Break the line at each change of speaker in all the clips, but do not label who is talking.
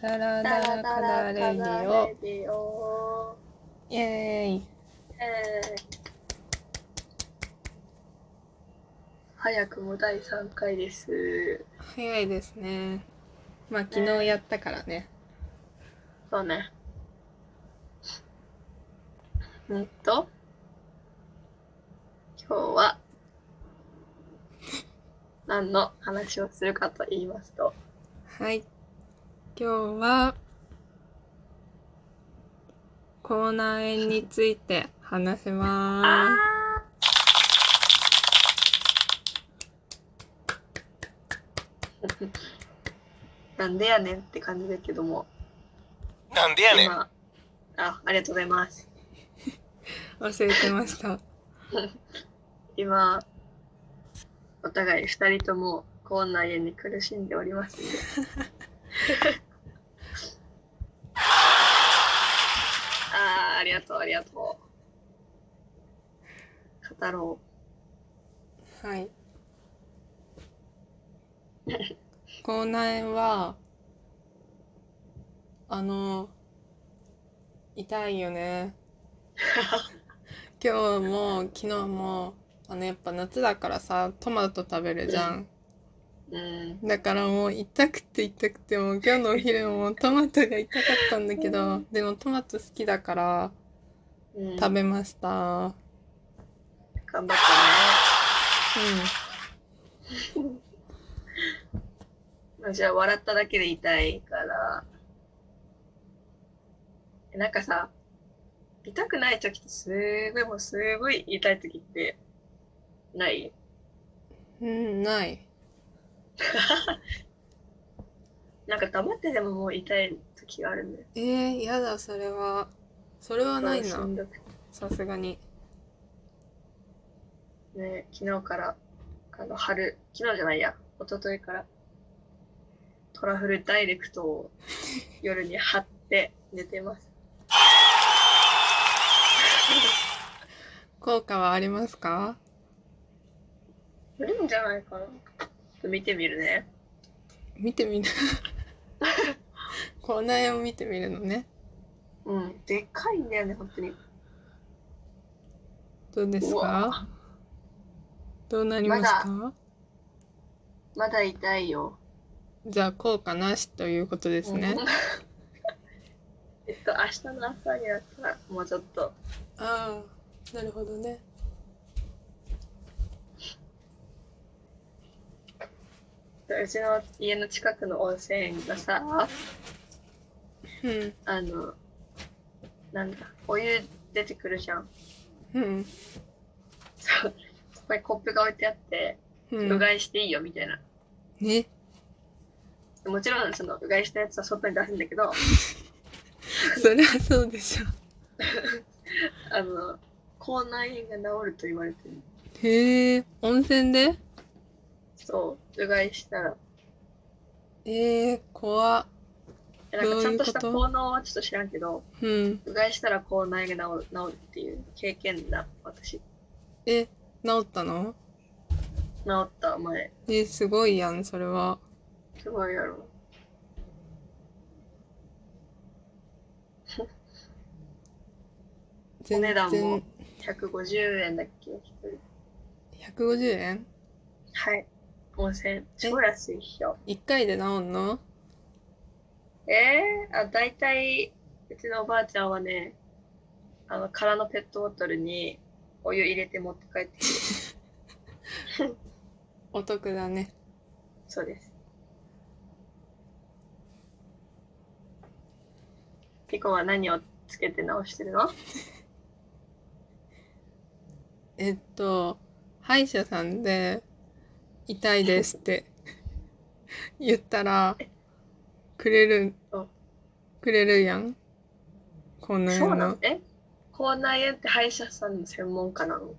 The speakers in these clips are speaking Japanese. ダラダラカダレディオイエーイ
えー早くも第3回です。
早いですねまあ昨日やったからね
そうね。えっと、今日は、何の話をするかと言いますと、
はい今日は口内炎について話しま
あー なんでやねんって感じだけども、
なんでやねん。
今あありがとうございます。
す教えてました
今お互い2人とも口内炎に苦しんでおりますので あーありがとうありがとう語ろ
はい 口内炎はあの痛いよ ね今日も昨日もあのやっぱ夏だからさトマト食べるじゃん
ううん
だからもう痛くて痛くてもう今日のお昼もトマトが痛かったんだけどでもトマト好きだから
うん
食べましたうん
頑張ったね私は笑っただけで痛いからえなんかさ痛くない時ってすごいもうすごい痛い時ってない
うんない
なんか黙ってでももう痛い時があるんだよ。
えー、やだそれはそれはない
し
なん
どく
さすがに
てね、昨日から、あの、春、昨日じゃないや、一昨日から、トラフルダイレクトを夜に貼って寝てます。
効果はありますか
塗るんじゃないかな。ちょっと見てみるね。
見て みる口内炎を見てみるのね
うん、でかいんだよね、本当に。
どうです
う
か
わ
どうなりますか、
まだ痛いよ。
じゃあ効果なしということですね、
うん えっと、明日の朝になったら、もうちょっと、
ああなるほどね
うちの家の近くの温泉がさ、
うん
あの、なんだ、お湯出てくるじゃん。
うん
そう。そこにコップが置いてあって、
う
うんがいしていいよみたいな。
ね
もちろん、その、うがいしたやつは外に出すんだけど、
そりゃそうでしょ
あの、口内炎が治ると言われてる。
へえ温泉で
そう、うがいしたら。
えー、怖っ
えなんかちゃんとした
どういうこ
効能はちょっと知らんけど、
うん
うがいしたら口内炎が治る治るっていう経験だ、私。治
え治ったの
った前。
えー、すごいやんそれは
すごいやろ。お値段も150円だっけ一人
150円
はい。温泉。超安いよ。
1回で治んの
えー、あ大体うちのおばあちゃんはねあの空のペットボトルにお湯入れて持って帰ってきて
お得だね
そうですピコは何をつけて直してるの
えっと歯医者さんで「痛いです」って 言ったらくれる
あ
くれるやんこんな
そうな
の
のえ口内炎って歯医者さんの専門家なの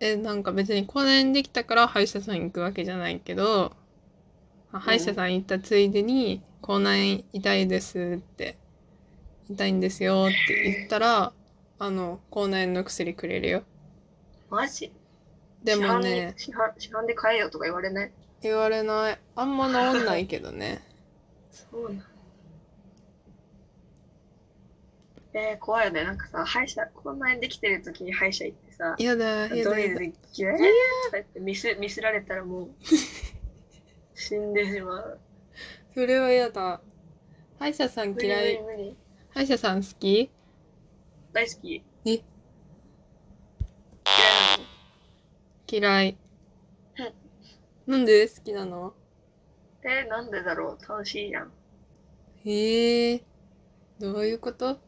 えなんか別に口内炎できたから歯医者さん行くわけじゃないけどまあ歯医者さん行ったついでに「口内炎痛いです」って「痛いんですよ」って言ったらあの口内炎の薬くれるよ
マジ
でもね
市販に市販市販で買えよとか言われない
言われないあんま治んないけどね
そうなのえー、怖いよね。なんかさ、歯医者、こんなにできてる時に歯医者行ってさ、
やだ、や
ド
だ、
リ
や
ル
だ。
でギューッとかやってミスミスられた らもう死んでしまう。
それはやだ。歯医者さん
無理無
嫌
理
い。
無理。
歯医者さん好き
大好き。
え
嫌
嫌
いなの
い
はい。
なんで好きなの
えー、なんでだろう楽しいやん。
へえ。どういうこと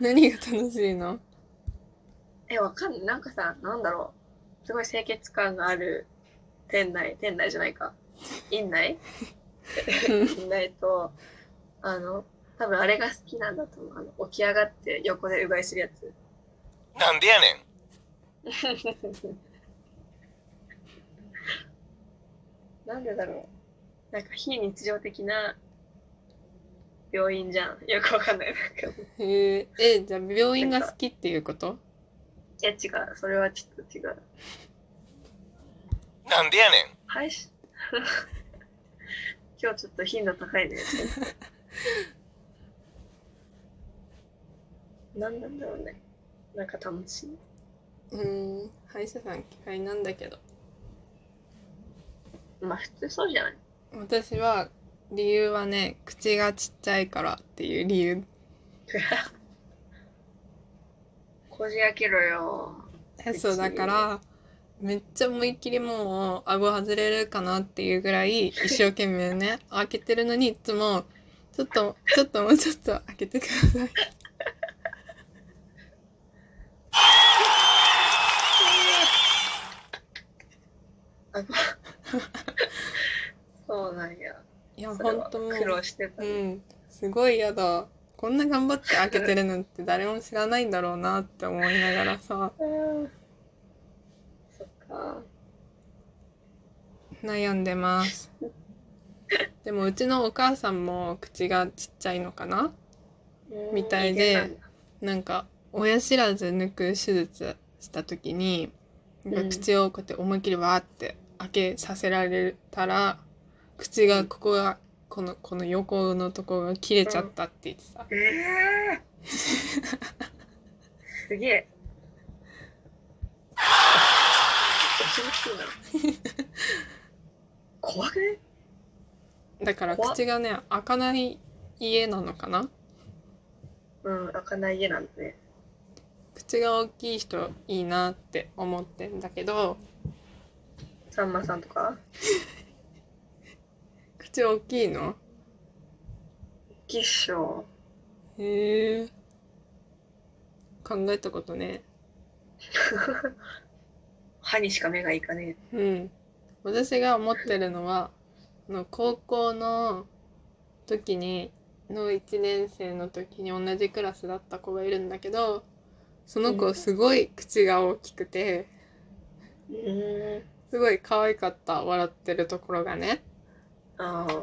何が楽しいの
え、わかんない。なんかさ、なんだろう。すごい清潔感がある店内、店内じゃないか。院内院内と、あの、多分あれが好きなんだと思う。あの起き上がって横でうがいするやつ。
なんでやねん。
なんでだろう。なんか非日常的な病院じゃん。よくわかんない。なんか
へえ。え、じゃあ病院が好きっていうこと
いや、違う。それはちょっと違う。
なんでやねん。
歯医者 今日ちょっと頻度高 いね。何なんだろうね。なんか楽しい。
うん。歯医者さん嫌いなんだけど。
まあ普通そうじゃない。
私は理由はね、口がちっちゃいからっていう理由。
こじ開けろよ。
えそうだからめっちゃ思いっきりもう顎外れるかなっていうぐらい一生懸命 ね開けてるのにいつもちょっとちょっともうちょっと開けてください。
そうなんや。
いや
それ
本
は
当も
苦労してた
う、う
ね。
ん、すごい嫌だこんな頑張って開けてるのって誰も知らないんだろうなって思いながらさ
うんそっか。
悩んでます。でもうちのお母さんも口がちっちゃいのかな
うん
みたいで。なんか親知らず抜く手術した時に、なん
う
か
ん
口をこうやって思いっきりわーって開けさせられたら口がここがこのこの横のとこが切れちゃったって言ってた、
ええー、すげえ。恐ろしいな怖くね
だから
怖っ
口がね開かない家なのかな
うん、開かない家なんだね。
口が大きい人いいなって思ってんだけど
さんまさんとか
口大きいの
吉祥。
へえ考えたことね
歯にしか目がいかね
うん、私が思ってるのはあの高校の時にの1年生の時に同じクラスだった子がいるんだけどその
う
子
ん
すごい口が大きくて
え。うん。
すごい可愛かった笑ってるところがね
ああ。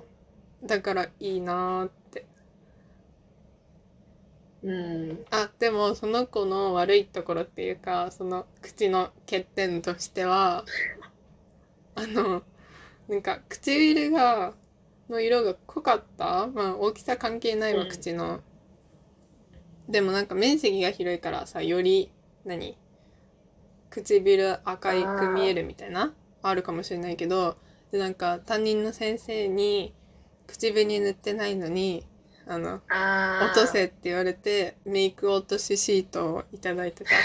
だからいいなーって
うん。
あでもその子の悪いところっていうかその口の欠点としてはあのなんか唇がの色が濃かったまあ大きさ関係ないわ、
うん
口のでもなんか面積が広いからさより何唇赤いく見えるみたいなあるかもしれないけどでなんか担任の先生に口紅塗ってないのにあの
ああ。
落とせって言われてメイク落としシートをいただい てた
なる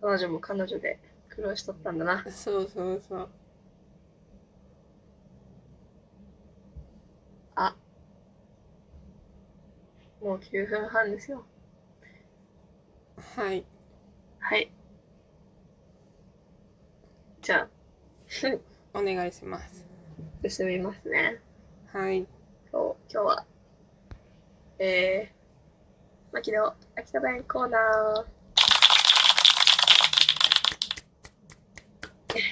ほど彼女も彼女で苦労しとったんだな。
そうそうそう
もう9分半ですよ。
はい
はい。じゃあ、
お願いします
進みますね。
はい
今日今日は、えー、牧野秋田弁コーナー。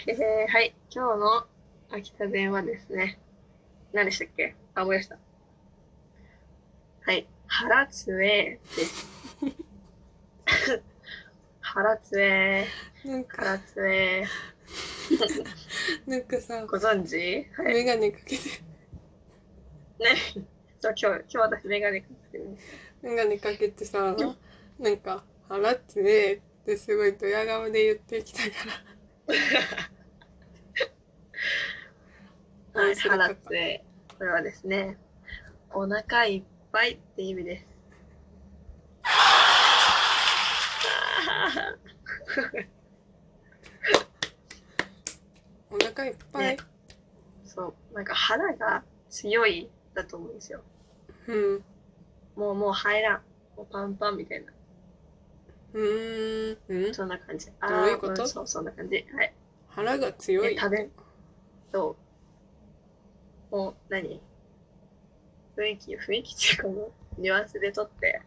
えー、はい、今日の秋田弁はですね、何でしたっけあ、思い出した。はい、腹つえです。腹つえ、
なんか
腹つえ。
なんかさ、
ご存知はい。
メガネかけて、
ね。 そう、今日、今日私メガネかけてるんです。
メガネかけてさ、なんか、払ってねえってすごいドヤ顔で言ってきたから、
はい、
面白か
払
った
って、これはですね、お腹いっぱいって意味 です。あー
お腹いっぱい。
ねそう、なんか腹が強いだと思うんですよ。
うん。
もうもう入らん。もうパンパンみたいな。
うーん。うん
そんな感じ。あ
どういうこと
ーんそう、そんな感じ。はい。
腹が強
で
い。
食べそうもう何雰囲気雰囲気っていうかもうニュアンスでとって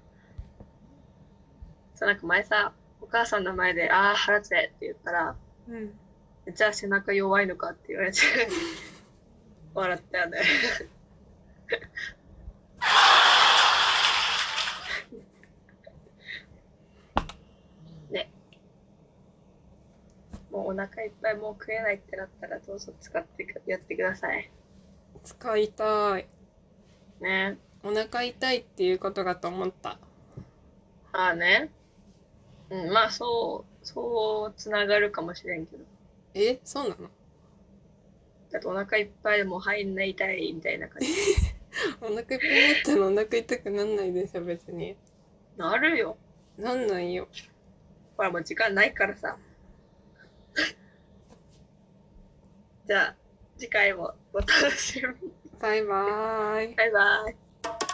そうなんか前さお母さんの前で「ああ腹つえ」って言ったら
うん。
「じゃあ背中弱いのか」って言われて笑ったよね ねもうお腹いっぱいもう食えないってなったらどうぞ使ってくやってください
使いたい。
ね
お腹痛いっていうことかと思った。
ああねうんまあそうそうつながるかもしれんけど
え、そうなの
だってお腹いっぱいでもう入んない痛いみたいな感じ
お腹いっぱいになったらお腹痛くなんないでしょ、別に。
なるよ
なんないよ。
ほらもう時間ないからさ。 じゃあ次回もお楽しみに。
バイバーイ。
バイバイ。